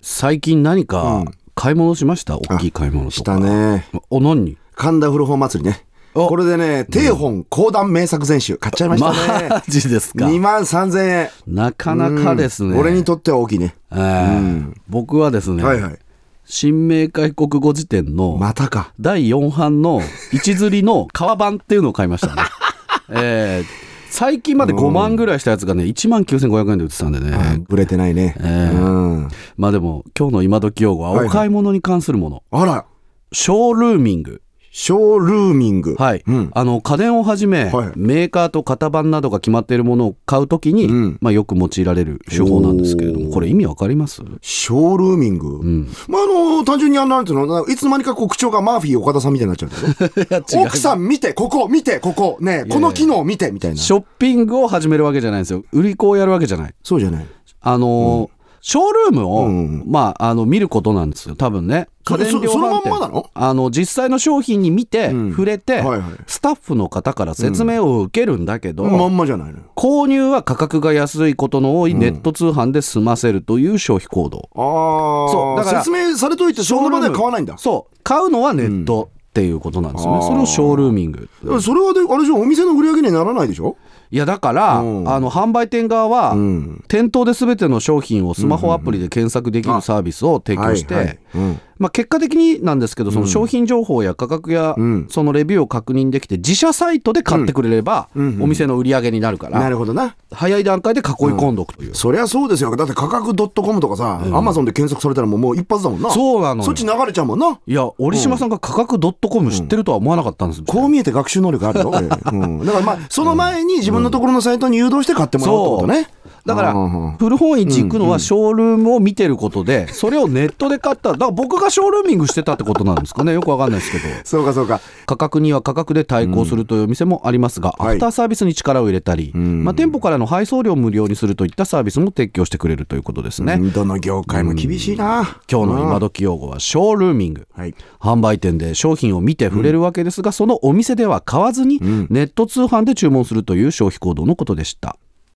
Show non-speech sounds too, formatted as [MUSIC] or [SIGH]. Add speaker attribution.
Speaker 1: 最近何
Speaker 2: う
Speaker 1: か
Speaker 2: ん
Speaker 1: 買い物しました大きい買い物と
Speaker 2: し
Speaker 1: か。
Speaker 2: たね。
Speaker 1: お、何に
Speaker 2: 神田古本祭りね。
Speaker 1: お
Speaker 2: これでね、定本講談名作全集買っちゃいましたね。
Speaker 1: マジですか
Speaker 2: 2万3000円。
Speaker 1: なかなかです
Speaker 2: う
Speaker 1: ね。
Speaker 2: ん俺にとっては大きいね。
Speaker 1: えー僕はですね、
Speaker 2: はいはい。
Speaker 1: 新明解国語辞典の
Speaker 2: またか。
Speaker 1: 第4版の一釣りの革版っていうのを買いました
Speaker 2: [LAUGHS]
Speaker 1: ね。えー最近まで5万ぐらいしたやつがね、1万9500円で売ってたんでね。
Speaker 2: うんぶれてないね。うん。
Speaker 1: まあでも、今日の今時用語は
Speaker 2: はいは
Speaker 1: お
Speaker 2: い
Speaker 1: 買い物に関するもの。
Speaker 2: あら、
Speaker 1: ショールーミング。
Speaker 2: ショールーミング。
Speaker 1: はい。
Speaker 2: うん。
Speaker 1: あの、家電をはじめ、
Speaker 2: はい
Speaker 1: メーカーと型番などが決まっているものを買うときに、
Speaker 2: うん
Speaker 1: まあよく用いられる手法なんですけれども、
Speaker 2: おー
Speaker 1: これ意味わかります
Speaker 2: ショールーミング。まあ、あのー単純にあの、なんていうの、いつの間にかこう口調がマーフィー岡田さんみたいになっちゃうんだ
Speaker 1: [LAUGHS]
Speaker 2: よ
Speaker 1: 違う
Speaker 2: 奥さん見て、ここ、見て、ここ、ねえ、この機能見て、みたいな。
Speaker 1: ショッピングを始めるわけじゃないんですよ。売り子をやるわけじゃない。
Speaker 2: そうじゃない。
Speaker 1: あのーショールームを、
Speaker 2: うん
Speaker 1: まあ、あの、見ることなんですよ。多分ね。
Speaker 2: そ
Speaker 1: 家電量販店
Speaker 2: そそのまんまなの
Speaker 1: あの、実際の商品に見て、
Speaker 2: うん
Speaker 1: 触れて、
Speaker 2: はいはい
Speaker 1: スタッフの方から説明を受けるんだけど、
Speaker 2: まんまじゃないのよ。
Speaker 1: 購入は価格が安いことの多いネット通販で済ませるという消費行動。
Speaker 2: ああ、
Speaker 1: そうだから
Speaker 2: 説明されといて、その場では買わないんだ。
Speaker 1: そう買うのはネットっていうことなんですよね、
Speaker 2: うん
Speaker 1: それをショールーミング
Speaker 2: でもそれはで、あれでしょ、お店の売り上げにはならないでしょ
Speaker 1: いやだから、
Speaker 2: うん
Speaker 1: あの販売店側は、
Speaker 2: ん。
Speaker 1: 店頭で全ての商品をスマホアプリで検索できるサービスを提供して、
Speaker 2: はいはいうん
Speaker 1: まあ、結果的になんですけどその商品情報や価格や
Speaker 2: うん
Speaker 1: そのレビューを確認できて自社サイトで買ってくれれば
Speaker 2: うんうんうん
Speaker 1: お店の売り上げになるから、
Speaker 2: なるほどな。
Speaker 1: 早い段階で囲い込んどくという、
Speaker 2: そりゃそうですよ。だって価格 .com とかさ、アマゾンで検索されたらもうもう一発だもんな。
Speaker 1: そうなのよ
Speaker 2: そっち流れちゃうもんな。
Speaker 1: いや折島さんが価格 .com 知ってるとは思わなかったんですよ、
Speaker 2: こう見えて学習能力あるよ。俺 [LAUGHS] うん、だからまあ、その前に自分のところのサイトに誘導して買ってもらうってことね。
Speaker 1: だから
Speaker 2: うんうんうん、
Speaker 1: 古本市行くのはショールームを見てることで、それをネットで買った。だから僕がショールーミングしてたってことなんですかね。よくわかんないですけど。
Speaker 2: そうかそうか。
Speaker 1: 価格には価格で対抗するというお店もありますが、
Speaker 2: は
Speaker 1: ア
Speaker 2: い
Speaker 1: フターサービスに力を入れたり、まあ、店舗からの配送料を無料にするといったサービスも提供してくれるということですね。
Speaker 2: うんどの業界も厳しいな。
Speaker 1: 今日の今時用語はショールーミング。
Speaker 2: はい。
Speaker 1: 販売店で商品を見て触れるわけですが、そのお店では買わずに、ネット通販で注文するという消費行動のことでした。